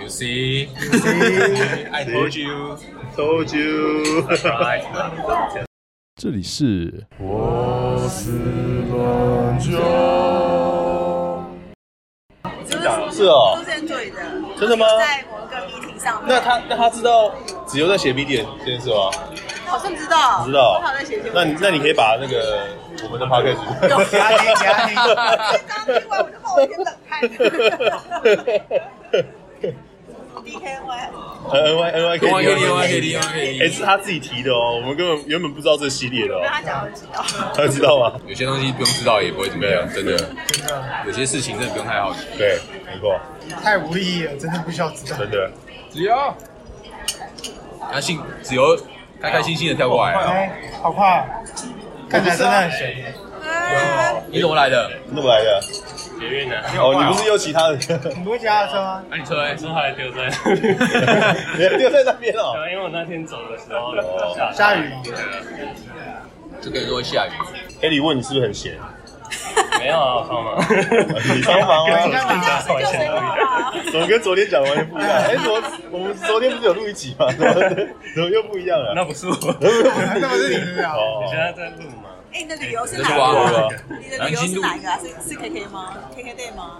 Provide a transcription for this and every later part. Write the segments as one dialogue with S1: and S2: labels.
S1: You see, I told you.
S2: Told you，
S1: Right.
S3: 这里是
S4: 嗯
S2: 是哦
S4: 之前对的，
S2: 真的吗？
S4: 在某一个 meeting 上面，
S2: 那他那他知道子悠在写 B 点这件事吗？
S4: 好像知道，
S2: 知道
S4: 我好像写信，
S2: 那你那你可以把那个我们的 podcast
S5: 加 听加听，
S4: 刚刚听完我就冒一点冷 汗。D K Y，
S2: 呃 N Y N Y K
S1: 我
S2: D
S1: 给你，我给你，我给
S2: 哎，
S1: 你。
S2: 是他自己提的哦，我们根本原本不知道这系列的
S4: 我
S2: 哦
S4: 跟，他讲我知道，
S2: 他知道吗？
S1: 有些东西不用知道也不会怎么样，真的。有些事情真的不用太好奇。
S2: 对，没错，
S5: 太无意义了，真的不需要知道。
S2: 真的。
S1: 只要他信，只由开开心心的跳过来了。
S5: 哎，好快啊，看起来真的很闲。
S4: 啊
S1: 你怎么来的？
S2: 你怎么来的？
S6: 捷运啊的，
S2: 哦，你不是又其他的？
S5: 你不会骑他的车吗？
S1: 那你车嘞？
S6: 之后还丢在，
S2: 你留在那边哦。
S6: 因为我那天走的时候
S5: 下雨吗？
S1: 这个如果下雨，
S2: 哎，你问你是不是很闲？
S6: 没有啊，帮忙，
S2: 你帮忙啊？
S4: 嗯这样是救谁好啊？
S2: 怎么跟昨天讲完全不一 样？哎，怎么我们昨天不是有录一集吗？怎么怎么又不一样了？
S6: 那不是我，
S5: 那不是你是啊？
S2: 哦
S6: 你现在在录吗？
S4: 哎，你的旅游是
S1: 这
S4: 哪
S1: 是
S4: 一个啊？
S1: 我。
S4: 你的旅游是哪一个啊？是是 K K 吗？K K day 吗？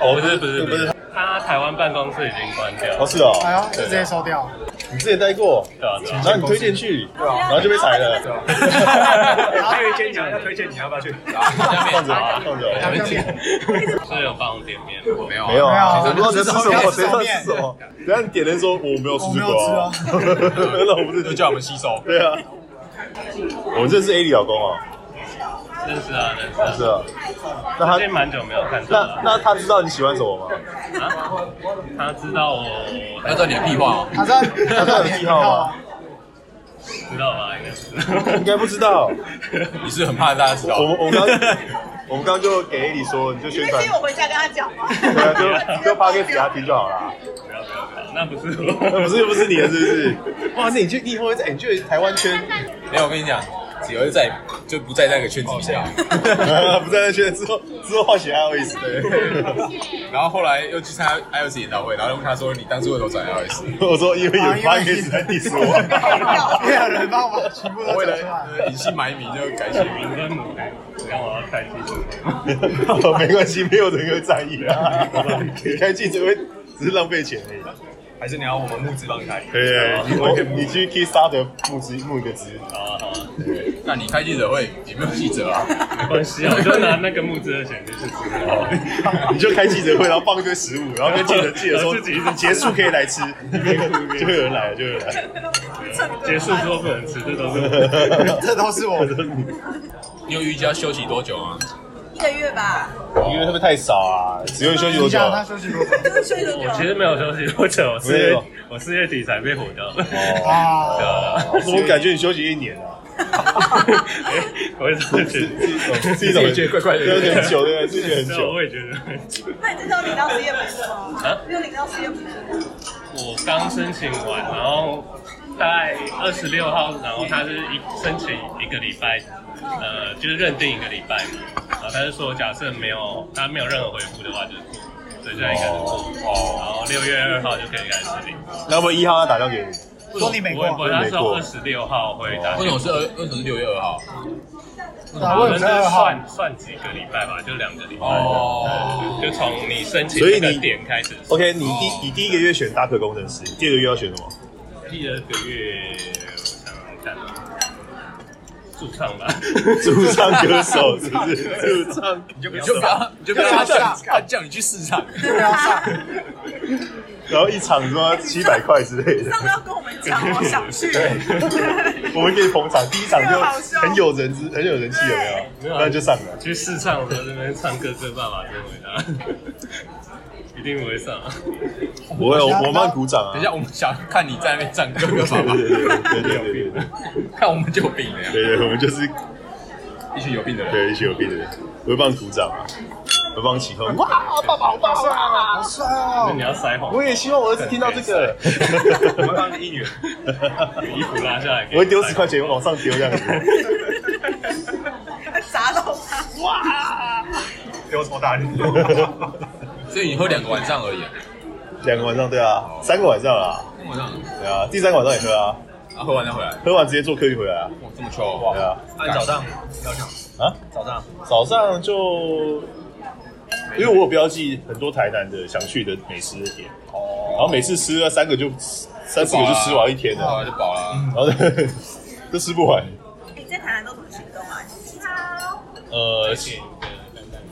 S2: 哦，
S6: 不是不是
S2: 不
S6: 不
S2: 是
S6: 是，，他台湾办公室已经关掉
S2: 哦
S6: 了，
S2: 是哦，
S5: 哎呦，就直接收掉。
S2: 你之前待过，
S6: 对啊对啊
S2: 然后你推荐去，
S5: 啊
S2: 然后就被裁了。
S7: 还有一间讲要推荐你，要不要去？
S2: 放着吧，放着
S5: 啊
S2: 吧。
S6: 是有帮我点面吗，
S1: 没有
S2: 没有啊，
S5: 没有
S2: 我不知道你在吃什么，谁知道
S5: 我
S2: 你在吃什么？等下你点人说我没有吃
S5: 我没有
S2: 过啊，那我不是
S1: 就叫我们吸收。
S2: 对啊。我们认识 A 李老公哦，
S6: 认识啊认识啊，
S2: 是啊。那
S6: 最
S2: 他
S6: 近蛮久没有看到
S2: 那
S6: 了，
S2: 那他知道你喜欢什么吗？
S6: 啊他知道我，
S1: 要知道你的屁话哦。
S5: 他知道他知道你的癖好吗？
S6: 知道吧？应该是，
S2: 应该不知道。
S1: 你是很怕大家知道
S2: 我。们我们刚我们刚就给 A 李说，你就
S4: 你
S2: 宣
S4: 会
S2: 传
S4: 接，我回家跟他讲吗？
S2: 对 啊，就就发给给他听就好了。
S6: 不要不要不要，那不是
S2: 那
S6: 我，
S2: 不是不是你的，是不是？哇，那你去你以后会在你去台湾圈，
S1: 没有，我跟你讲，只由在就不在那个圈子里面。
S2: 不在那圈之后之后换其他位置。对，
S1: 然后后来又去参加 iOS 演唱会，然后问他说：“你当初为什么转 iOS？”
S2: 我说因为有人发给你在 diss 我。
S5: 没有人帮我把全部
S1: 我
S5: 都
S1: 为
S5: 讲
S1: 了
S5: 出来。
S1: 呃隐姓埋名就改写名
S6: 明
S1: 字。
S6: 跟母黑，你让我要开记者会，
S2: 没关系，没有人会在意啊。开记者会只是浪费钱而已。
S7: 还是你要我们募资帮你开？
S2: 对，啊你我你去 Kickstarter 募资募一个资，
S6: 好啊好啊，
S1: 那你开记者会也没有记者啊？
S6: 没关系啊，我就拿那个募资的钱就是吃了，
S2: 你就开记者会，然后放一堆食物，然后跟记者记者说，结 束可以来吃，就会有人来，就会有人来。
S6: 结束之后不能吃，这都是。
S5: 这都是我的。
S1: 你有预计要休息多久吗？
S4: 一个月吧，
S2: 因为会不会太少啊？只有休息多
S5: 你
S2: 久？
S5: 想他休息多久？
S4: 就是睡多
S6: 我其
S4: 久？
S6: 实没有休息多久，我四
S2: 没
S6: 月
S2: 有
S6: 我四月底才被火掉。
S5: 啊，
S2: 我怎么感觉你休息一年啊？
S6: 哎 我也是觉得，
S2: 是一种对，很久，对，是觉得很
S6: 对，
S2: 久。
S6: 我也觉得。
S4: 那你至少领到失业补助吗
S6: 啊？
S4: 你有领到失业补助？
S6: 我刚申请完，然后大概二十六号，然后他是一申请一个礼拜，呃，就是认定一个礼拜嘛。然后他就说，假设没有他没有任何回复的话，就是过，所以现在应该是过。然后六月二号就可以开始领。
S2: 那么一号他打电话给你，
S5: 说你没
S6: 不会不
S5: 过
S6: 会，，他是
S2: 没过
S6: 二十六号会打
S1: 为什么是二？为什么是六月二号？
S5: 啊，
S6: 我
S5: 我
S6: 们
S5: 有
S6: 是
S5: 车二号。
S6: 算算几个礼拜吧，就两个礼拜。
S1: 哦
S6: 哦，就从你申请
S2: 所以
S6: 那
S2: 你
S6: 个点开始。
S2: OK，你第你第一个月选大可工程师，第二个月要选什么？
S6: 第二个月，我想想看啊，驻唱吧。
S2: 驻唱歌手是不是？驻唱你就
S1: 你就不要，你就不要他叫你他叫你去市场。
S4: 对啊，
S2: 然后一场什么七百块之类的，
S4: 上次要跟我们讲，我想去。
S2: 我们给你捧场，第一场
S4: 这个好
S2: 就
S4: 笑
S2: 很有人之很有人气，有没有？那就上了。
S6: 去试唱的时候，在那边唱歌歌爸爸就回答，一定不会上啊。
S2: 我有我帮你鼓掌啊！
S1: 等一下，，我们想看你在那边站哥哥爸
S2: 对
S1: 爸，
S2: 对对对对对对
S1: 看我们就有病了呀，
S2: 对对，我们就是
S1: 一群有病的人。
S2: 对一起有病的人，我会帮你鼓掌啊，我会帮你起哄。哇，
S5: 好帅
S6: 那
S5: 哦！
S6: 你要腮红，
S2: 我也希望我儿子听到这个，
S6: 我会帮你应援，衣服拉下来给你腮红，
S2: 我会丢十块钱往上丢这样子。
S4: 砸到他，
S7: 丢什么大力？
S1: 所以你喝两个晚上而已啊，
S2: 两个晚上对啊，三个晚上啦，
S1: 晚上，
S2: 对啊，第三个晚上也喝啊，
S1: 然后喝完再回来。
S2: 喝完直接坐客运回来啊，
S1: 哇，这么巧
S2: 对啊，
S7: 按早上要这样，
S2: 啊，
S7: 早上
S2: 早上就，因为我有标记很多台南的想去的美食点，然后每次吃了三个就三四个就吃完一天了，
S1: 哇，啊
S2: 嗯
S1: 就饱了。
S2: 然后 都吃不完。
S4: 你在台南都怎么行动啊？
S2: 呃，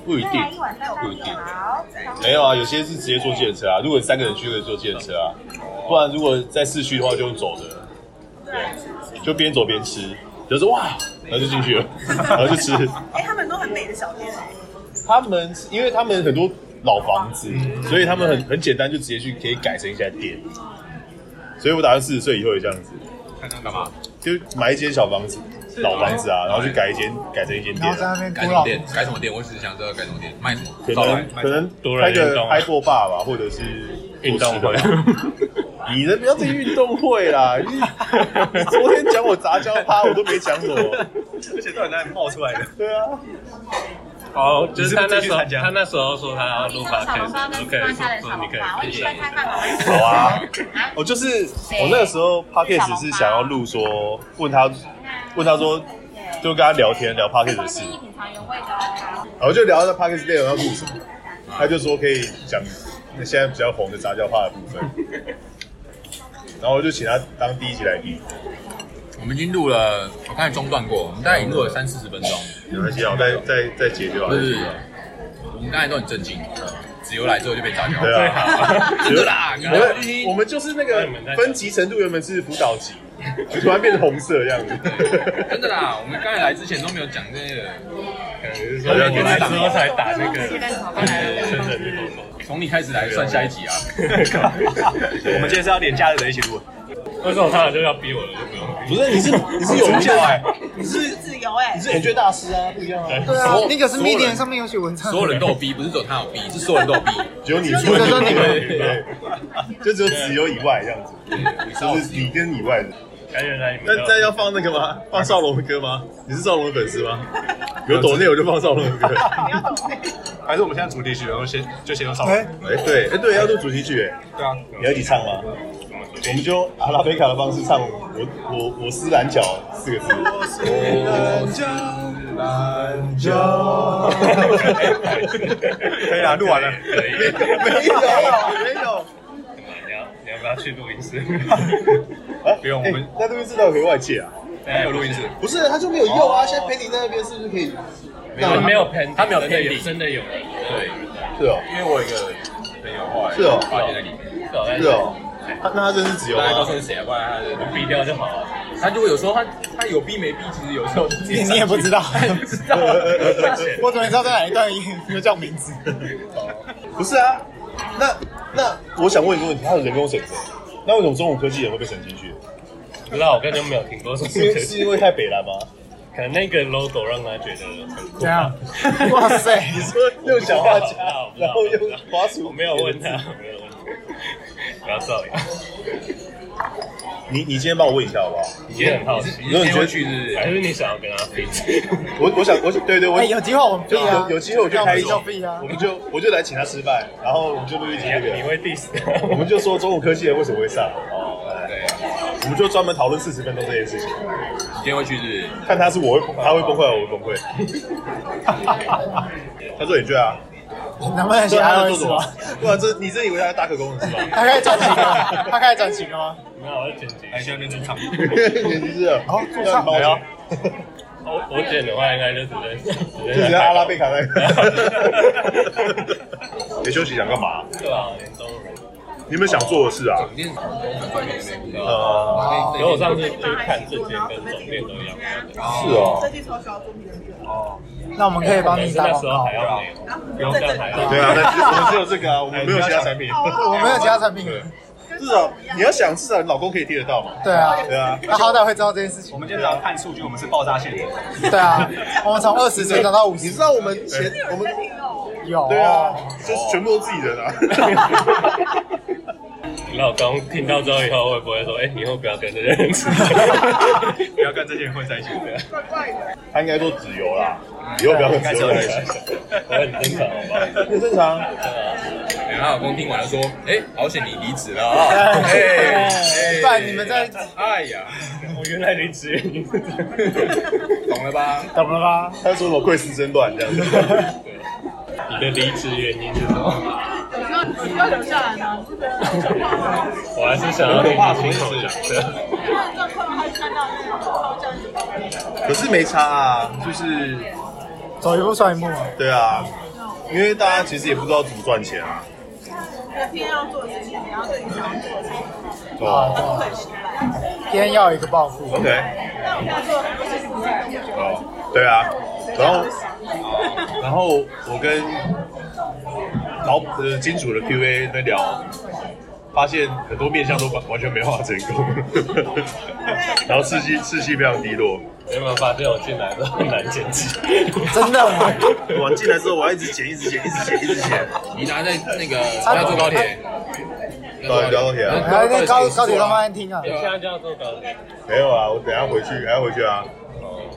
S2: 不一定，
S5: 一晚上
S2: 不一定。
S5: 好，
S2: 没有啊，有些是直接坐计程车啊。如果三个人去，可以坐计程车啊。不然如果在市区的话，就用走的，对，就边走边吃。就是哇，然后就进 去了，然后就吃。
S4: 哎，他们都很美的小店哎，
S2: 他们因为他们很多老房子，所以他们很很简单，就直接去可以改成一家店。所以我打算四十岁以后也这样子，
S7: 看他干嘛？
S2: 就买一间小房子、老房子啊，然后去改一间，改成一间
S5: 然
S2: 店
S5: 后在
S2: 啊、
S5: 那边
S1: 改
S5: 古
S1: 什么
S5: 老，
S1: 店？改什么店？我只是想知道改什么店，卖什么
S2: 可，
S1: 招牌
S2: 能。可能开
S6: 多人运
S2: 个
S6: 动啊
S2: Apple Bar 吧，或者是
S6: 运动
S2: 做
S6: 会
S2: 吃的吧。哎你的不要自己运动会啦！你你昨天讲我杂交趴，我都没讲什么。
S7: 而且到底哪里冒出来的？
S2: 对啊，
S6: 哦，就是他那
S7: 你是不是自己
S6: 时
S7: 去
S6: 候
S7: 参加
S6: 他那时候说他要录
S5: 小
S6: p
S5: 笼
S6: o
S5: 包
S6: d
S5: 跟
S6: o k
S5: 放下的小
S6: 说你
S5: 笼
S6: 可
S5: 包，我
S6: 以
S5: 喜
S6: 去
S5: 欢
S6: 参
S5: 开
S6: 加。
S5: 饭好
S2: 好啊。我就是我那个时候 podcast 是想要录说，问他问他说，就跟他聊天聊 podcast 的事，
S5: 建议品尝原味的。
S2: 然后就聊到 podcast 内容要录什么，他就说可以讲现在比较红的杂交趴的部分， 然后我就请他当第一集来宾。
S1: 我们已经录了，我刚才中断过，我们大概已经录了三四十分钟。
S2: 没关系啊，我再
S6: 嗯
S2: 再再解决好
S1: 不
S2: 了。
S1: 是，我们刚才都很震惊，子由来之后就被炸掉。
S2: 对啊，
S1: 真的啦，你
S2: 我
S1: 们
S2: 们 我们就是那个
S6: 哎你们在讲
S2: 分级程度原本是辅导级，就突然变成红色这样子。
S1: 真的啦，我们刚才来之前都没有讲这个。
S6: 可能是说你来之后才打那个深圳的狗狗。
S1: 从你开始来算下一集啊。
S7: 我们今天是要连假日的一起录，
S6: 为什么他俩就要逼我了？就不用
S2: 不
S6: 逼。
S2: 是，你是你是有教哎，你是
S4: 自由哎
S2: 你，是 H 大师啊，不一样啊。
S5: 对啊
S1: 所有，
S5: 那个是
S1: 所有人
S5: Medium 上面有写文章，
S1: 所有人都有逼，不是只有他有逼，是所有人都有逼。
S2: 只有你
S5: 只有你
S2: 对，对就只有子由以外这样子，就是你跟以外的。
S6: 感觉哎来你
S2: 那
S6: 们
S2: 那要放那个吗？放少龙的歌吗？你是少龙的粉丝吗？有抖内我就放少龙的歌。
S4: 不要懂哎。
S7: 还是我们现在主题曲，然后先就先用上。
S5: 哎，
S2: 哎，对，哎对，要录主题曲，哎，
S7: 对啊，
S2: 你要一起唱吗？我们就用阿拉贝卡的方式唱我“我我我是蓝角”四个字。
S7: 可以啊，录完了。
S6: 可以，
S2: 没有，没有。
S6: 你要你要不要去录音室？
S2: 哎
S7: 不用我们
S2: 那这边是到底可以外借啊？
S6: 还
S7: 有录音室，
S2: 不是，他就没有用啊。现在陪你在那边是不是可以？
S6: 没有没有喷，
S1: 他没有
S6: 真的
S1: pending
S6: 真的有人，
S1: 对，
S2: 是哦，
S1: 因为我有一个朋友后来
S2: 是哦
S1: 发现在里面，
S2: 是
S6: 是哦
S2: 哦。他那他真是只有
S1: 大家告
S2: 吗
S1: 诉？是谁啊？不然他就
S6: 逼掉就好了。
S1: 他如果有时候他他有逼没逼，其实有时候自己
S5: 你你也不知 道，
S1: 不知道。
S5: 我怎么知道在哪一段有叫名字？
S2: 不是啊，那那我想问一个问题，他有人工审核，那为什么中午科技也会被审进去？
S6: 不知道，我根本就没有听过什么
S2: 是因为 是因为太北蓝吗？
S6: 可能那个 logo 让他觉得很酷。
S5: 这样，哇塞！
S2: 你说用小画家
S6: 我，不知
S2: 然
S6: 道
S2: 后用滑鼠，
S6: 我没有问他，我没有问他。不要造谣，
S2: 你，你今天帮我问一下好不好？
S6: 你今天很好奇，
S1: 你是会去是不
S6: 还
S1: 是？
S6: 是你想要跟他 fit？
S2: 我我想我想对对我
S5: 哎，有机会我们
S2: 就
S5: 可以啊
S2: 有，有机会我就开一集
S5: 要不要啊
S2: 我们就我就来请他吃饭，然后我们就录一集 那
S6: 你
S2: 个，
S6: 会 diss？
S2: 我们就说中午科技人为什么会上，哦
S1: 对，
S2: 我们就专门讨论四十分钟这件事情，
S1: 你今天会去是不是？
S2: 看他是我会他会崩溃，我会崩溃。 他说你对啊，
S5: 能不能写
S2: 他
S5: 安
S2: 在做
S5: 慰是
S2: 什么
S5: 吗？？
S2: 不然这你真以为他是大可工人是 吗？
S5: 他开始转型了，他开始转型了吗？
S6: 没有，我是剪辑。
S7: 还是要认真唱。
S2: 简直是
S5: 好坐
S2: 那
S5: 上
S2: 你帮我
S5: 来啊
S2: 讲
S6: 我我剪的话，应该就只能只
S2: 就
S6: 能。
S2: 是阿拉贝卡 那个你休息想干嘛？
S6: 对啊，连都人。
S2: 你有没有想做的事啊？
S1: 今天
S2: 呃，
S1: 呃，
S5: 哦
S6: 因为我上次就是
S4: 哎
S6: 看这间跟总店都一样，
S2: 是哦
S4: 设，计超需要作品的人
S7: 哦，
S5: 那我们可以帮你
S6: 是
S5: 打
S6: 那
S5: 广
S6: 时候
S5: 告
S6: 还。要没有，
S4: 然后
S6: 不用
S4: 在
S6: 这
S4: 这
S6: 样
S4: 里
S6: 还
S4: 啊
S6: 要。
S2: 对啊，但是我们只有 这个啊，我们没有其他产品。
S5: 我没有其他产品，
S2: 至少你要想，至少你老公可以听得到嘛。
S5: 对啊，
S2: 对啊，
S5: 他好歹会知道这件事情
S7: 我。们今天早上看数据，我们是爆炸线的。
S5: 对啊，我们从二十岁涨到五
S2: 你
S5: 十
S2: 知，道我们前我们
S5: 有
S2: 哎对啊，就是全部都自己人 啊。
S6: 你老公听到之后以后会不会说，哎，你以后不要跟这些人吃饭？
S7: 不要跟这些人混在一起。
S2: 他应该说只油 啦，以后不要跟只油在一起。
S6: 我很正常，好不好？
S2: 很正常，
S6: 对
S1: 然后她老公听完啊就说：“哎、好险你离职了啊、哦！哎、哎
S5: 不然你们在
S1: 哎呀，
S6: 我原来离职原因是这样。
S1: 懂了吧？
S5: 懂了吧？
S2: 他说什么贵司争乱这样子，
S6: 你的离职原因是什么？
S4: 有需要有需要留下来吗？你是觉得很状况吗？
S6: 我还是想要听你亲口讲的。
S4: 因为状况他看到那种超战的画面
S2: 可是没差啊，就是
S5: 走一步算一步嘛。
S2: 对啊，因为大家其实也不知道怎么赚钱啊，
S4: 那天要做的事情，你要对你想要做的事情，
S2: 对吧
S4: 不可以失败。
S5: 今天要有一个报复，
S2: ？OK，
S4: 但我现在做很多事情，我自己都不觉得。
S2: 哦，对啊，然后然后我跟老呃金主的 QA 在聊，发现很多面向都完完全没办法成功， 然后士气士气非常低落。
S6: 有没有发现我进来都很难剪辑？
S5: 真的吗？
S2: 我进来之后，我要一直剪，一直剪，一直剪，一直剪。
S1: 你拿在那个要坐高铁，
S2: 对高铁啊
S5: 还在哎高高铁上慢慢听啊。
S6: 现在就要做高铁，
S2: 没有啊，我等一下回去还要回去啊。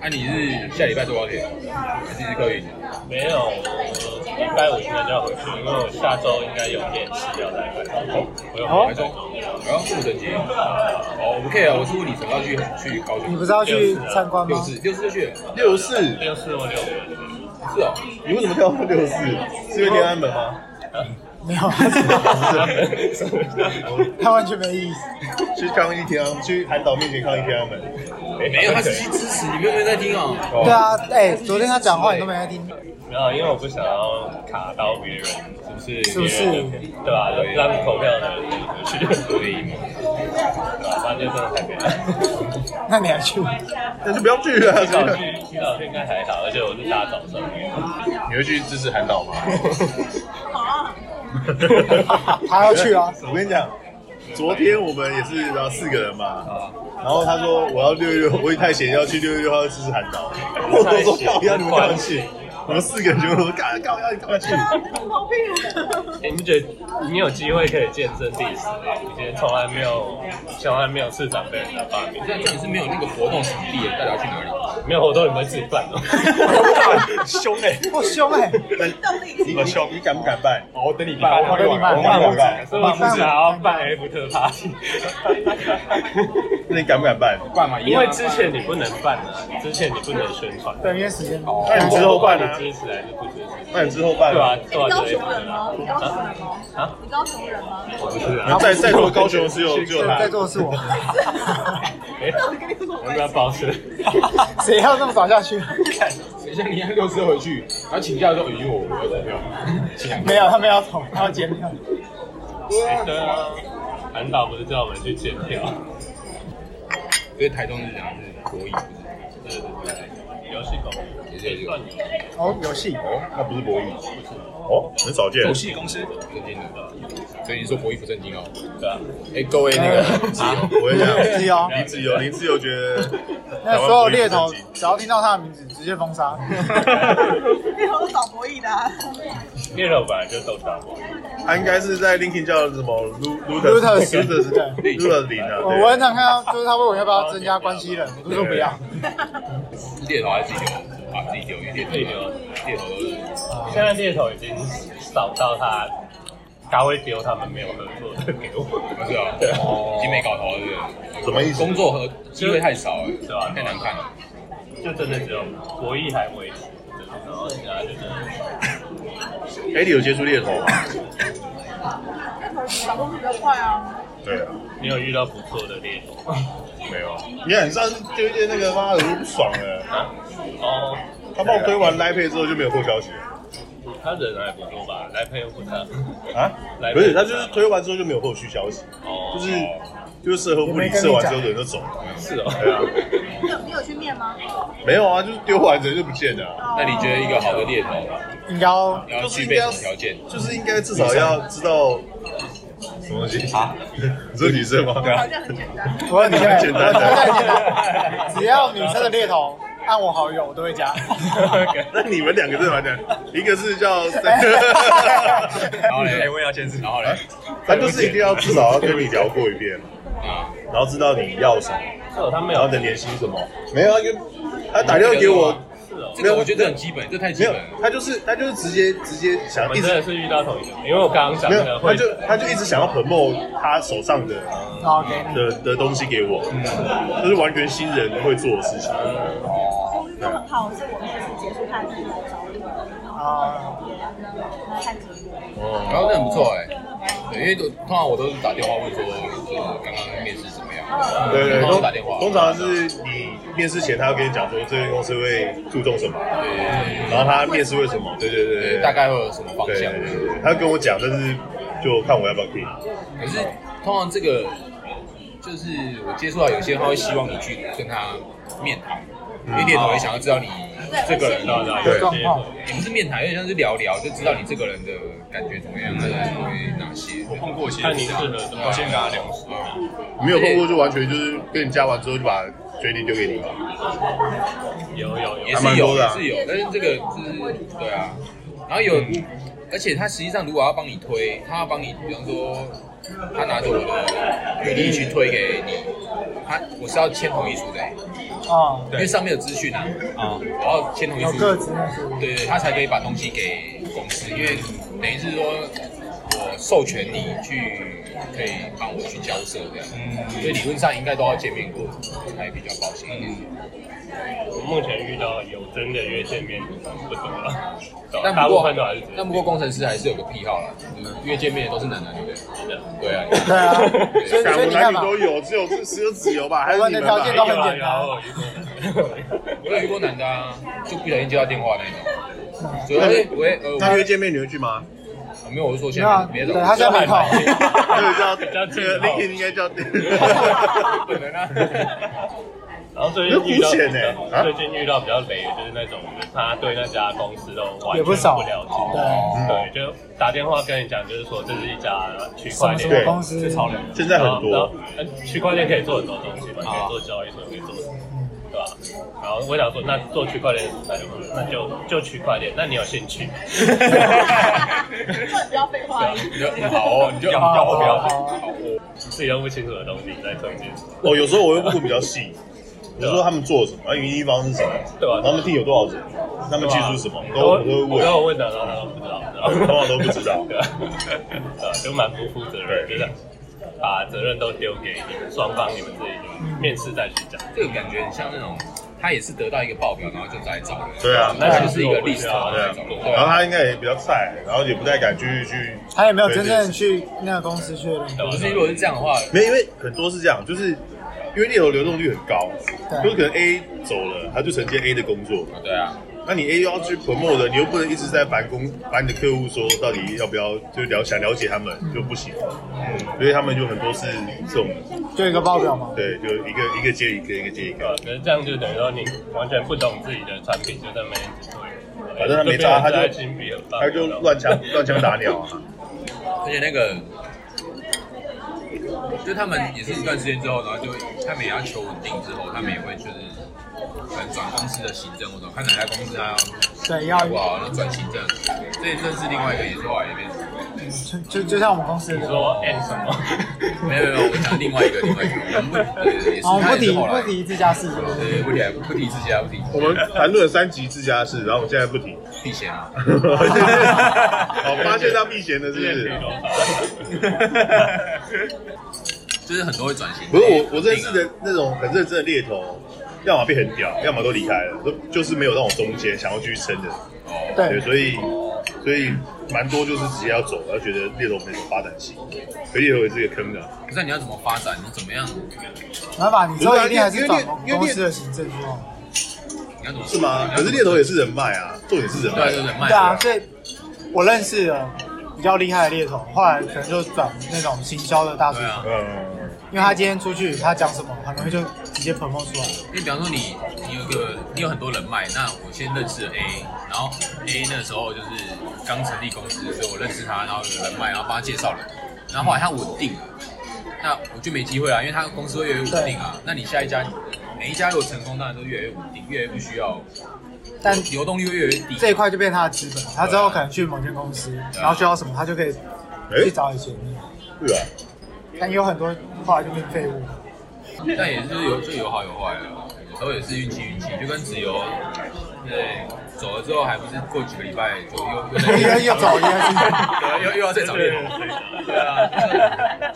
S1: 啊，你是下礼拜坐高铁，还是客运？
S6: 没有，我礼拜五应该就要回去，因为我下周应该有面试要来回来。
S1: 台中，然后复诊节。哦，我不 care，我是问你什么时候要去去高雄？
S5: 你不是要去参观吗
S1: 六？四六四就去了？
S2: 六四，
S6: 六四或六五，
S1: 是哦，
S2: 你为什么跳到六四？是因为天安门吗？
S5: 没有，他完全没意思。
S2: 去抗议天安门，去韩导面前抗议天安门？
S1: 没有，他只是支持，你们有没有在听啊？
S5: 对啊，哎，昨天他讲话你都没在听，
S6: 没有，因为我不想要卡到别人，就是
S5: 是不是
S6: 别人的对吧、让你投票的人去可以吗？对吧、不然就真的太难。
S5: 那你还去？
S2: 那就不要去啊！
S6: 提早去，提早去应该还好，而且我是大早上去。
S2: 你会去支持韩 导吗？
S5: 他要去啊！
S2: 我跟你讲，昨天我们也是然后四个人嘛，然后他说我要六一六，我也太闲要去六一六，他要支持韩导。我都说靠腰，你们干嘛去？我们四个人就说干靠腰，你干嘛去？
S4: 好屁！
S6: 哎，你不觉得你有机会可以见证历史吗？你觉得从来没有，从来没有市长被人家罢免，
S1: 这样你是没有那个活动场地，大家去哪里？
S6: 没有活动你们自己办哦。
S2: 凶哎！
S5: 我凶哎，
S4: 动力
S2: 你凶，你敢不敢办？
S7: 好，我等你
S6: 啊
S7: 办，啊
S5: 我等你办
S7: 我办我
S5: 我等你
S7: 办
S5: 办，
S6: 所以我只想要办 F 特 party，
S2: 那你敢不敢办？
S7: 办嘛，
S6: 因为之前你不能办啊，之前你不能宣传，啊
S5: 等约时间。
S2: 那你之后办啊？
S6: 你支持还是不支持？
S2: 那你之后办
S6: 对啊
S2: 啊？，
S6: 对啊，
S4: 高
S6: 对
S4: 雄人
S6: 啊，
S4: 吗？你高雄人吗？
S6: 啊
S4: 你高雄人吗？
S6: 我不是啊，
S2: 然后在在座的高雄只有只有他，
S5: 在座的是我，
S4: 我跟你说，
S6: 哎我们要保持。
S5: 谁要这么早下去？
S1: 谁像你一样六四回去，然后请假说：“哎呦，我要投票。”请两个
S5: 没有，他们要捅，他要剪票。
S6: 对啊，韩导不是叫我们去检票，
S1: 因为台中是讲是国营，
S6: 对对对对，游戏公
S1: 不
S6: 司
S1: 是也是有
S6: 算你
S5: 哦，游戏。
S2: 那不是博弈，哦，很少见。
S7: 游戏公司
S1: 不正经的。所以你说国营不正经哦？
S6: 对啊，
S1: 哎，各位那个自由，
S2: 我跟你讲，
S5: 自由
S2: 林志友，林志友觉得
S5: 哦那所有猎头只要听到他的名字，直接封 杀。
S4: 那时候都找博弈的啊，
S6: 猎人本来就都打过，
S2: 他应该是在 LinkedIn 叫什么 Lu
S5: Lutus
S2: Lutus
S5: 对
S2: Lutus 林啊，
S5: 我我很想看到，就是他问我要不要增加关系人，我都说不要。
S1: 猎头还是自己留啊？自己留，因为
S6: 自己
S1: 猎头
S6: 留。
S1: 猎头都是
S6: 现在猎头已经少到他，他会丢他们没有合作的给我，
S1: 不是啊？
S6: 对啊
S1: 已经没搞头了，是
S2: 什么意
S1: 不是
S2: 思？
S1: 工作和机会太少了，
S6: 对啊
S1: 太难看了。
S6: 就真的只有博弈还维持着，然后人家就是
S2: 哎，你有接触猎头吗？
S4: 那时候找工作比较快啊。
S2: 对啊，
S6: 你有遇到不错的猎头
S2: 没
S1: 啊
S2: 有。你看你上次推荐那个妈的，我都不爽了。
S6: 啊？哦，
S2: 他帮我推完 Line Pay 之后就没有后消息
S6: 他人还不错吧？来配又不差。
S2: 啊？
S6: Line Pay
S2: 不是，他就是推完之后就没有后续消息，
S6: 哦，
S2: 就是就是社后不理，社完之后人就走了。
S6: 是哦，
S2: 对啊，
S4: 你有你有去面吗？
S2: 没有啊，就是丢完人就不见了啊。
S1: 那你觉得一个好的猎头，
S5: 你要
S1: 然后
S2: 就是
S1: 具
S2: 应
S1: 备
S2: 该要
S1: 什么条件？
S2: 就是应该至少要知道什么东西啊？你是女生吗？对
S1: 啊
S4: 好像很简单。
S5: 我很
S2: 你很简单的
S5: 我很简 单。只要女生的猎头按我好友，我都会 加。
S2: 那你们两个是完全，一个是 叫，
S1: 然后嘞
S7: 哎，，我也要兼职
S1: 然，后嘞，
S2: 他就是一定要至少要跟你聊过一遍，
S1: 啊，
S2: 然后知道你要什么，
S6: 是哦，他没
S2: 然后
S6: 有
S2: 你的年薪什么。没有啊，跟他打电话给我，
S6: 是哦，
S1: 这个我觉得很基本，这太基
S2: 没
S1: 本
S2: 有
S1: 了。，
S2: 他就是他就是直接直接想
S6: 我
S2: 一
S6: 们真
S1: 嗯
S2: 直
S6: 的是遇到同一个，因为我刚刚讲
S2: 没
S6: 那个
S2: 有，他
S6: 会
S2: 就他就一直想要 promote 他手上的
S5: OK，
S1: 嗯
S2: 的的东西给我，这是完全新人会做的事情。
S1: 嗯
S4: 我运动很好，是我面试结束，他自己来找我，
S5: 啊，
S4: 来看结果。
S1: 然后那很不错哎、对，因为都通常我都是打电话问说，就是刚刚面试怎么样，
S2: 对对，
S1: 嗯
S2: 通
S1: 通常打电话，
S2: 通常是你面试前他要跟你讲说这间公司会注重什么，
S1: 对
S2: 然后他面试为什么，对对对对，
S1: 嗯大概会有什么方
S2: 对
S1: 向
S2: 对。对对他跟我讲，但是就看我要不要听。
S1: 可是通常这个就是我接触到有些人他会希望你去跟他面谈，有一点我也想要知道你这个人
S6: 到到
S2: 嗯对
S6: 有
S5: 状
S6: 些
S5: 况
S1: 也不是面谈，有点像是聊聊，就知道你这个人的感觉怎么样，他在为哪些。嗯
S7: 我碰过一些
S6: 看你
S7: 这样
S6: 适合怎么
S7: 我先跟他聊。
S2: 没有碰过就完全就是跟你加完之后就把决定丢给你。
S6: 有有
S1: 也
S6: 有，
S1: 是
S2: 还蛮
S1: 有，
S2: 多的
S1: 也
S2: 啊
S1: 是有，但是这个就是对啊，然后有，而且他实际上如果要帮你推，他要帮你，比方说他拿着我的履历去推给你，他我是要签同意书的欸、
S5: 啊，
S1: 因为上面有资讯啊，
S7: 啊，
S1: 我要签同意
S5: 有
S1: 书，
S5: 各自那些
S1: 对对，他才可以把东西给公司，因为等于是说我授权你去可以帮我去交涉这样，所以理论上应该都要见面过才比较保险一点。
S6: 我目前遇到有真的约见面不多了，
S1: 但
S6: 大
S1: 不
S6: 部
S1: 过
S6: 分都还是直接
S1: 但不过工程师还是有个癖好啦，就是约见面的都是男男对不对？
S6: 的
S1: 对啊，
S5: 对啊，所以
S2: 干
S5: 所
S2: 我
S5: 以你
S2: 男
S5: 看
S2: 女
S5: 嘛，
S2: 都有，只有只有自由 吧，还
S5: 台
S2: 是
S5: 湾
S2: 你
S5: 的
S2: 们
S5: 条件都
S2: 吧？
S5: 很简单
S6: 有啊，有啊
S1: 我有遇过男的啊，就不小心接到电话那种，所以哎喂呃
S2: 那
S1: 我
S2: 约见面你会去 吗？
S1: 我没有我是说现
S5: 没有
S1: 在
S5: 啊
S1: 别
S5: 对
S1: 的，
S5: 他现在门口
S2: 这个叫
S6: 叫
S2: 这个 Linkin 应该 叫。
S1: 不能啊，
S6: 然后最近遇
S2: 有风
S6: 到
S2: 险欸啊
S6: 最近遇到比较雷的就是那种，他对那家公司都完
S5: 也
S6: 全
S5: 不少
S6: 不了解，
S5: 对，
S6: 对，就打电话跟你讲，就是说这是一家区
S5: 什
S6: 块
S5: 么什
S6: 链，
S5: 么
S2: 对
S5: 公司，
S7: 超人，
S2: 现在
S6: 然
S2: 很
S6: 后然后
S2: 多，
S6: 呃区块链可以做很多东西嘛，可以做交易所，可以做什么，对吧？然后我想说，那做区块链是什么？那就就区块链，那你有兴趣？
S4: 这不要废话，
S1: 你就嗯好哦，你就
S7: 要
S1: 嗯
S7: 要不
S5: 好
S7: 要？
S5: 好好
S6: 自己都不清楚的东西在中间，
S2: 哦，有时候我会问比较细，我说他们做什么，啊，云一方是什么，
S6: 对吧
S2: 他们 team 有多少人，他们技术什么，都我都
S6: 我
S2: 会
S6: 都有
S2: 问。
S6: 问的，然后他都不知道，
S2: 往往都不知 道
S6: 对吧？啊，就蛮不负责任，就是把责任都丢给你们双方，你们自己面试再去讲。
S1: 这个感觉很像那种，他也是得到一个报表，然后就来找人，
S2: 对啊，
S1: 那他就是一个 list
S6: 啊
S2: 对
S1: 来
S2: 啊
S1: 找人，，
S2: 然后他应该也比较菜，然后也不太敢去去。
S5: 他也没有真正去那个公司去了，
S1: 可是如果是这样的话，
S2: 没有，因为很多是这样，就是因为猎头流动率很高，
S5: 对
S2: 就是可能 A 走了，他就承接 A 的工作，
S1: 对啊，
S2: 那你 A 又要去 promote 的，你又不能一直在烦工烦你的客户说到底要不要，就了想了解他们就不行，所以他们就很多是这种，
S5: 就一个报表嘛，
S2: 对，就一个一个接一个，一个接一
S6: 对
S2: 个
S6: 吧，？可是这样就等于说你完全不懂自己的产品，就在那边一直推。
S2: 反正他没招他就
S6: 这边人在金币很棒
S2: 他就乱枪乱枪打鸟 啊，
S1: 而且那个，就他们也是一段时间之后，然后就他们也要求稳定之后，他们也会就是可能转公司的行政，或者看哪家公司他
S5: 对，
S1: 要
S5: 要
S1: 搞不好，然后转行政，这也算是另外一个也是后来那边。
S5: 就就就像我们公司
S6: 你
S5: 的，
S6: 说
S2: 哎
S6: N 什 么？
S1: 没有没有没有，我讲另外一个另外一个，我们不对对也是
S5: 哦，
S1: 他
S5: 不
S1: 也
S5: 提
S1: 是后来
S5: 不，提这家事情，
S1: 对不提不提自啊家不提
S2: 我们谈论了三级自家事，然后我现在不 提，
S1: 避嫌啊，
S2: 我发现他避嫌了，是不 是？
S1: 就是很多会转型。
S2: 不是我我认识的那种很认真的猎头，要么被很屌，要么都离开了，都就是没有那种中间想要去撑的，对，
S5: 对，
S2: 所以所以蛮多就是直接要走，然后觉得猎头没什么发展性，所以猎头也是个坑的。啊
S1: 不是你要怎么发展，你怎么样，
S5: 老板，你
S2: 不
S5: 说
S2: 是啊
S5: 一定还是
S2: 因为
S5: 转
S2: 因为因为
S5: 公司的行政去哦，
S1: 你要怎么
S2: 是吗？可是猎头也是人脉啊，重点是人
S1: 对
S2: 脉。
S1: 对对，卖
S5: 对啊，所以我认识了比较厉害的猎头，后来可能就转那种行销的大主
S1: 对
S5: 管，
S1: 啊。
S2: 嗯，
S5: 因为他今天出去，他讲什么，很容易就直接 promote 出来。
S1: 因为比方说你，你有一个，你有很多人脉，那我先认识了 A，然后 A 那时候就是刚成立公司，所以我认识他，然后有人脉，然后帮他介绍人，然后后来他稳定了，那我就没机会啦，因为他公司会越来越稳定
S5: 嗯
S1: 啊。那你下一家，每一家如果成功，当然都越来越稳定，越来越不需要，
S5: 但
S1: 流动率会越来越低。
S5: 这一块就变他的资本，他之后可能去某间公司，然后需要什么，他就可以去
S2: 哎，
S5: 找以前的。
S2: 对啊，
S5: 但有很多后来就变废物。
S1: 啊但也是有就有好有坏了，有时候也是运气运气，就跟子由对，走了之后还不是过几个礼拜就 又
S5: 又要又找又要
S1: 对又又要再找猎 头，对啊，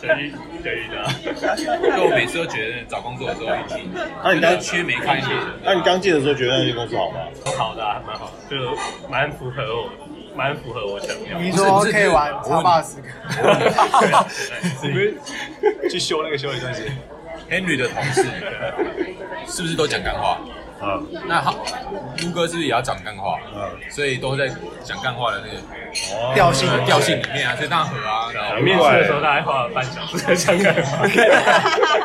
S6: 这一这一的，
S1: 就我每次都觉得找工作的时候运气，
S2: 那
S7: 哎
S2: 你
S1: 就是
S2: 刚
S1: 缺没看见，
S2: 那你刚进的时候觉得那间公司好吗？
S6: 都好的、啊，蛮好，就蛮符合我，蛮符合我想要
S5: 你
S6: 的。
S5: 说
S1: 不是不是
S5: 可以玩
S1: 我问
S5: 超
S1: 你
S5: 霸十个，
S6: 对对
S7: 去修那个修理钻石，
S1: Henry 的同事是不是都讲干话？
S2: 嗯
S1: 那好，卢哥是不是也要讲干话？
S2: 嗯，
S1: 所以都在讲干话的那个
S5: 调性
S1: 呃调性里面啊，所以大家合啊，然后
S6: 对面试的时候大概花了半小时在想干嘛。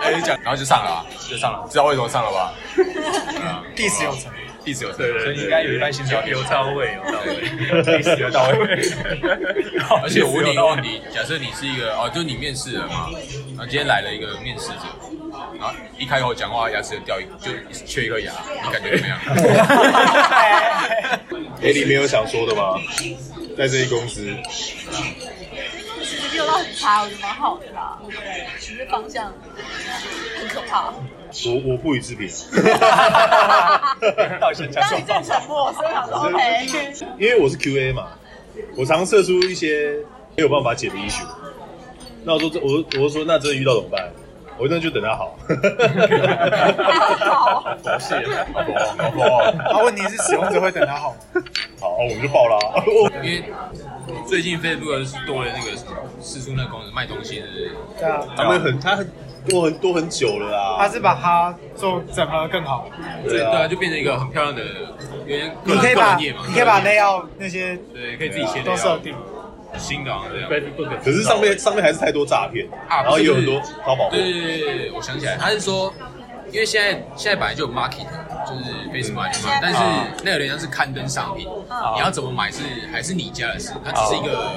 S1: 哎讲，然后就上了啊，就上了，知道为什么上了吧？
S5: 第十有成，
S1: 第十有
S6: 对对，
S1: 所以
S6: 对
S1: 应该
S7: 有一半薪水
S6: 有有到位，有到位，
S7: 历史有 到位。
S1: 而且我问你一个问题，假设你是一个哦，就你面试了嘛，然后今天来了一个面试者，然后一开口讲话牙齿就掉一，就缺一颗牙，你感觉怎么样？
S2: 哎，你没有想说的吗？ 在这些公司，
S4: 其实没有到很差，我觉得蛮好的啦。对，只是方向很可怕。
S2: 我我不予置 评。
S7: 到底先讲
S4: 当
S7: 什
S4: 你正
S7: 么？
S4: 沉默，所以我想说 OK，
S2: 因为我是 QA 嘛，我常射出一些没有办法解的 issue。那我说这，我我就说那真的遇到怎么办？我那就等他好。好不
S4: 好
S6: 不是
S2: 好？好不好？
S5: 然后问题是使用者会等他好吗？
S2: 好，我们就爆啦。
S1: 因为最近 Facebook 是多了那个什么四处那个公司卖东西的，
S5: 对啊，
S2: 他们很，他很多很多很久了啦。
S5: 他是把它做整合更好。
S1: 所以
S2: 对啊
S1: 对啊，就变成一个很漂亮的，有点个
S5: 你可以
S1: 人
S5: 把
S1: 专业嘛，
S5: 你可以把 layout 那啊些
S1: 对，可以自己切
S5: 都
S1: 的
S5: 设定，
S1: 新的啊，对啊。
S6: Facebook，
S2: 可是上面上面还是太多诈骗，
S1: 啊，
S2: 然后
S1: 不是
S2: 有很多淘宝货
S1: 对。对对对对，我想起来，他是说，因为现在现在本来就有 market，就是 Facebook
S4: 嗯
S1: market，嘛但是那有点像是刊登商品，你要怎么买是还是你家的事，它只是一个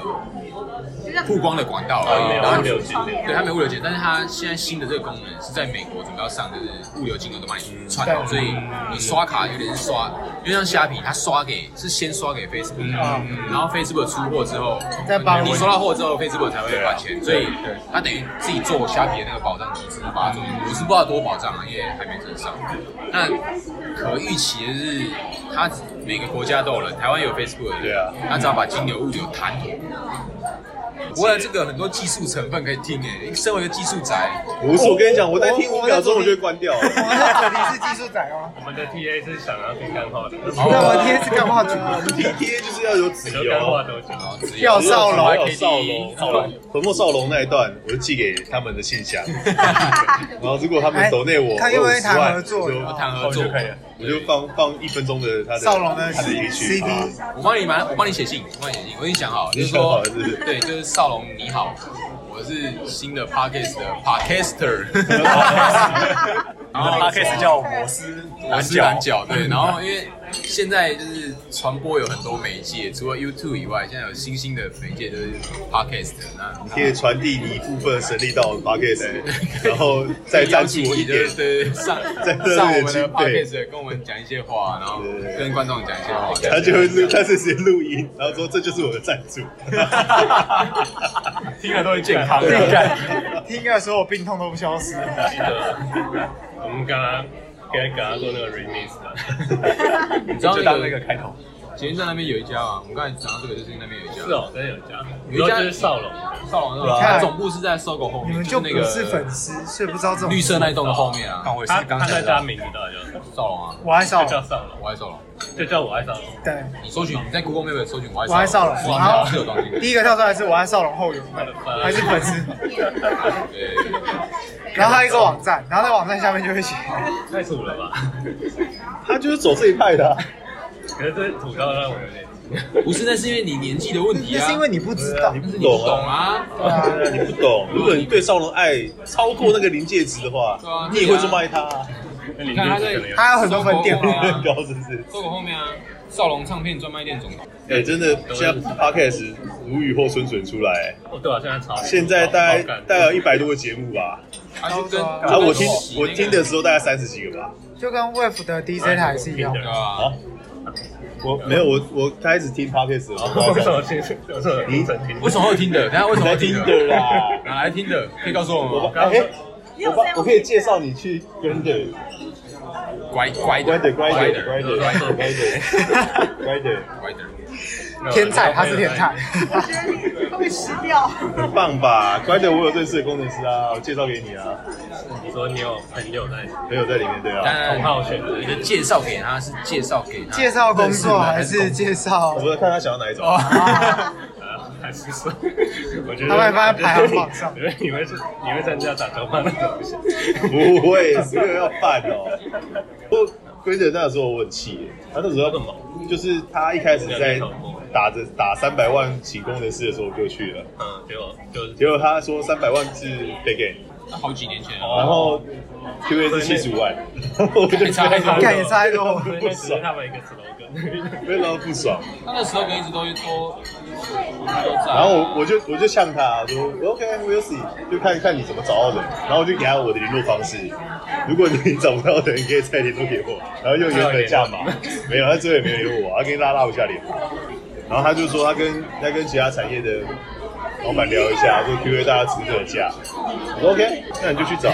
S4: 就像
S1: 曝光的管道
S6: 啊
S1: 而
S6: 没
S1: 已。
S6: 有
S1: 然后
S6: 物流进
S4: 窗帘
S1: 对它没有物流金，但是它现在新的这个功能是在美国准备要上，就是物流金额都帮你串好，
S5: 对
S1: 所以你刷卡有点是刷，因为像虾皮，它刷给是先刷给 Facebook，然后 Facebook 出货之后，
S5: 再帮
S1: 你收到货之后，Facebook 才会把钱，所以它等于自己做虾皮的那个保障机制，把它做。我是不知道多保障啊，因为还没跟上。那可预期的是，它每个国家都有了，台湾也有 Facebook，
S2: 对啊，
S1: 它只要把金流物流谈妥。不过这个很多技术成分可以听诶，身为一个技术宅，
S2: 不是，我跟你讲，我在听五秒钟我就会关掉了。
S5: 我们的主题是技术宅哦，
S6: 我们的 TA 是想要听干话的，
S1: 好
S5: 那我们今天是干话主题。
S2: 体贴就是要有子
S6: 你说干话
S2: 由。
S6: 多久？
S1: 然后哦只有
S5: 要少
S1: 啊
S5: 龙
S2: 还有少龙，
S1: E，少龙，
S2: 粉墨少龙那一段，我就寄给他们的信箱。然后如果他们抖内我，
S5: 哎看愿不愿意谈
S2: 我有10万
S5: 合作
S2: 我就
S5: 哦
S1: 谈合作
S6: 哦就可以了
S2: 我就放放一分钟的他的
S5: 少龙的
S2: 他的
S5: CD
S2: 曲啊
S1: 我帮你买，我帮你写信，我帮你写信，我已经想好了，就
S2: 你
S1: 是
S2: 想好
S1: 说
S2: 了是不是，
S1: 对，就是少龙你好，我是新的 podcast 的 podcaster，然后
S7: 他开始叫摩斯
S1: 我是蓝角，对，然后因为现在就是传播有很多媒介，除了 YouTube 以外，现在有新兴的媒介就是 podcast，那
S2: 可以传递你一部分的神力到 p o c k e t 然后再赞助我一点
S1: 对。对对上
S2: 再多一点
S1: 上我们的
S2: 经费
S1: podcast 跟我们讲一些话，然后
S2: 对
S1: 跟观众讲一些话，
S2: 他就会录，他是直接录音，然后说这就是我的赞助。
S1: 听了都会健康
S5: 听个说我病痛都不消失，
S6: 记得我们刚刚给给他做那个 remix 的，
S1: 你知道
S7: 就
S1: 那
S7: 当那个
S1: 个
S7: 开头。
S1: 捷运站那边有一家啊，我们刚才讲到这个，就是那边有一家，
S6: 是哦，真的有家，你
S1: 有
S6: 说
S1: 一家
S6: 就是少龙的，
S1: 少龙
S5: 你
S1: 那边，
S5: 看
S1: 它总部是在搜狗后
S5: 你
S1: 面，
S5: 们就是不
S1: 那个
S5: 是粉丝，啊所以不知道这种
S1: 绿色那一栋的后面啊，
S7: 看我也
S6: 他
S7: 是刚
S6: 他在
S7: 才
S6: 家名字到底叫什么
S1: 少龙啊，
S5: 我爱少
S6: 就叫
S5: 龙，
S6: 少龙，
S1: 我爱少龙。
S6: 就叫我爱少龙。
S5: 对，
S1: 你搜寻你在 Google Map 搜寻我爱
S5: 嗯我爱少龙。
S1: 龙，
S5: 然
S1: 哇，是有
S5: 后
S1: 东西的。
S5: 第一个跳出来是我爱少龙后援会，
S6: 呃
S5: 还是粉丝。
S1: 对，
S5: 然后还有一个网站，然后在网站下面就会写，
S6: 太土了吧？
S2: 他就是走这一派的啊、
S6: 可是这土到让我有点
S1: 不是，那是因为你年纪的问题
S5: 那
S1: 啊，
S5: 是因为你不知道
S2: 你。不
S1: 那是你不
S2: 懂
S1: 懂
S2: 啊。
S1: 啊。
S5: 对啊
S2: 对啊你不懂。如果你对少龙爱超过那个临界值的话
S1: 对啊，
S2: 你也会这么爱他、啊。
S6: 那你
S1: 看他
S6: 就
S1: 在
S6: 是可能有
S5: 他有很多分店
S1: 搜狗 后面啊
S2: 高是不是？
S1: 搜狗后面啊，少龙唱片专卖店总部。
S2: 哎、真的，现在 podcast 如雨后春笋出来、哎
S6: 哦，对啊，现在超
S2: 现在大概大概有一百多个节目吧。
S1: 啊，就跟
S5: 啊
S2: 然后我听
S1: 洗那个
S2: 我听的时候大概三十几个吧。
S5: 就跟 Wave 的 DJ 台是一样的
S1: 对。啊，
S2: 啊，我没有，我我开始听 podcast 了。
S6: 为什么听？为什么
S2: 你
S6: 听？
S1: 为什么会听的？等一下为什么会听
S2: 我在听的啦
S1: 哪来听的？可以告诉我
S2: 我
S1: 们吗？
S2: 哎、
S4: 你
S2: 我
S4: 有这
S2: 帮
S4: 样
S2: 我可以介绍你去跟的，
S1: 乖
S5: 哎
S1: 乖
S2: 乖的，乖的，
S1: 乖
S2: 乖
S1: 的
S2: 的，
S1: 乖
S2: 乖
S1: 的
S2: 的，乖的，
S1: 乖的，
S5: 天才，他是天 才。
S4: 我觉得你会被死掉。
S2: 很棒吧？乖的，我有认识的工程师啊，我介绍给你啊，
S6: 你说你有朋友在
S2: 朋友在里面对
S1: 当
S2: 啊。
S1: 然
S6: 同好选择
S1: 你的介绍给他是介绍给他
S5: 介绍工作还是介绍
S2: 我？们看他想要哪一种，
S6: 啊，还是说， 我觉得
S5: 他会把它排行榜上
S6: 我觉得你会是你会参加打招 棒的东西，
S2: 不会，没有人要办哦。不过规则那时候我很气耶，他那时候要干嘛？就是他一开始在打着打三百万请工程师的时候我就去了，
S6: 嗯，结果就是
S2: 结果他说三百万是 big game，
S1: 好几年前了，
S2: 然后 QA 是七十五万，我就
S1: 差 太多了
S5: 干也差太多
S6: 所以那只是他们一个 slogan，
S2: 非常不爽。
S1: 他那时候一直都都都在。
S2: 然后我我就我就呛他，我说 OK，we'll、see，就看看你怎么找到人。然后我就给他我的联络方式，如果你找不到的，你可以再联络给我。 然后用原本价码，没有，他最后也没有留我，他跟拉拉不下脸。然后他就说他跟他跟其他产业的老板聊一下，说 QA 大家值这个价。我说 OK，那你就去找。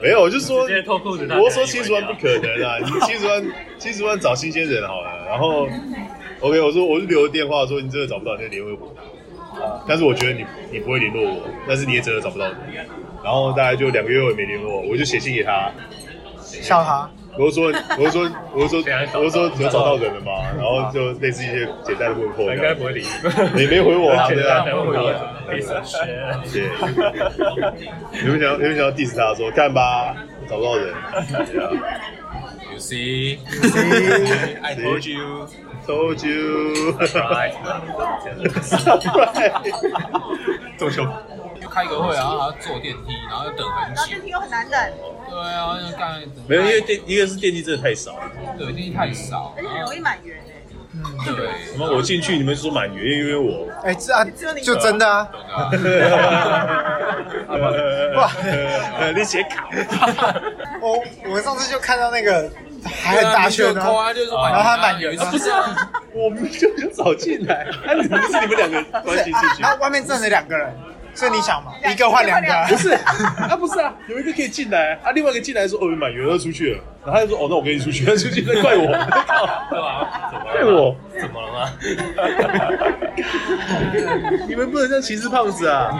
S2: 没有，我就说
S6: 直接脱裤子大家
S2: 我说七十万不可能 啊！你七十万，七十万找新鲜人好了。然后，OK，我说我就留了电话，说你真的找不到，你就联络我。但是我觉得你你不会联络我，但是你也真的找不到我。然后大概就两个月我也没联络我，我就写信给他，
S5: 笑他，
S2: 我就说我就说我就说我就说有找到人了吗？然后就类似一些简单的问候这样，
S6: 应该不会理
S2: 你没回我啊，
S6: 简
S2: 对
S6: 单
S2: 啊，
S6: 的问我，没什么事。
S2: 对， 你们想你们想要 diss 他说干吧，找不到 人，对啊
S1: You see, I told you.
S2: ，told you，
S6: Right，
S2: 中秋，
S1: 就开个会，然后还要坐电梯，然后要等很
S4: 然后电
S1: 久。
S4: 梯又很难等，
S1: 对啊，要干等
S2: 没有，因为电一个是电梯真的太少了。
S1: 对电梯太少，
S4: 而且很容易满员哎。
S1: 对，
S2: 什么？我进去你们就说满员，因为我
S5: 哎，这啊，就真的啊，
S2: 哇，你写考，
S5: 我哦我上次就看到那个还很大圈啊呢
S1: 然，后他不是啊，
S2: 我们就想早进来，那怎么是你们两个
S5: 不
S2: 关
S5: 是
S2: 系
S5: 啊
S2: 进去
S5: 然？后外面站着两个人，所以你想嘛，一个换两个，
S2: 不是，啊不是啊，有一个可以进来，啊另外一个进来说哦满员要出去了，然后他就说哦那我跟你出去，他出去再怪我，
S6: 对吧？怎么
S2: 怪
S6: 了
S2: 我
S6: 吗？，怎么了吗？
S2: 你们不能这样歧视胖子啊！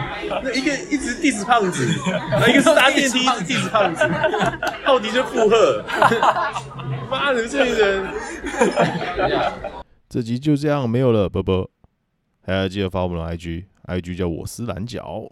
S2: 那一个一直 diss 胖子，那一个是搭电梯一直 diss 胖子， 奥迪就附和， 妈的这群人。
S3: 这集就这样没有了，啵啵。还要记得发我们的 IG，IG 叫我是蓝角。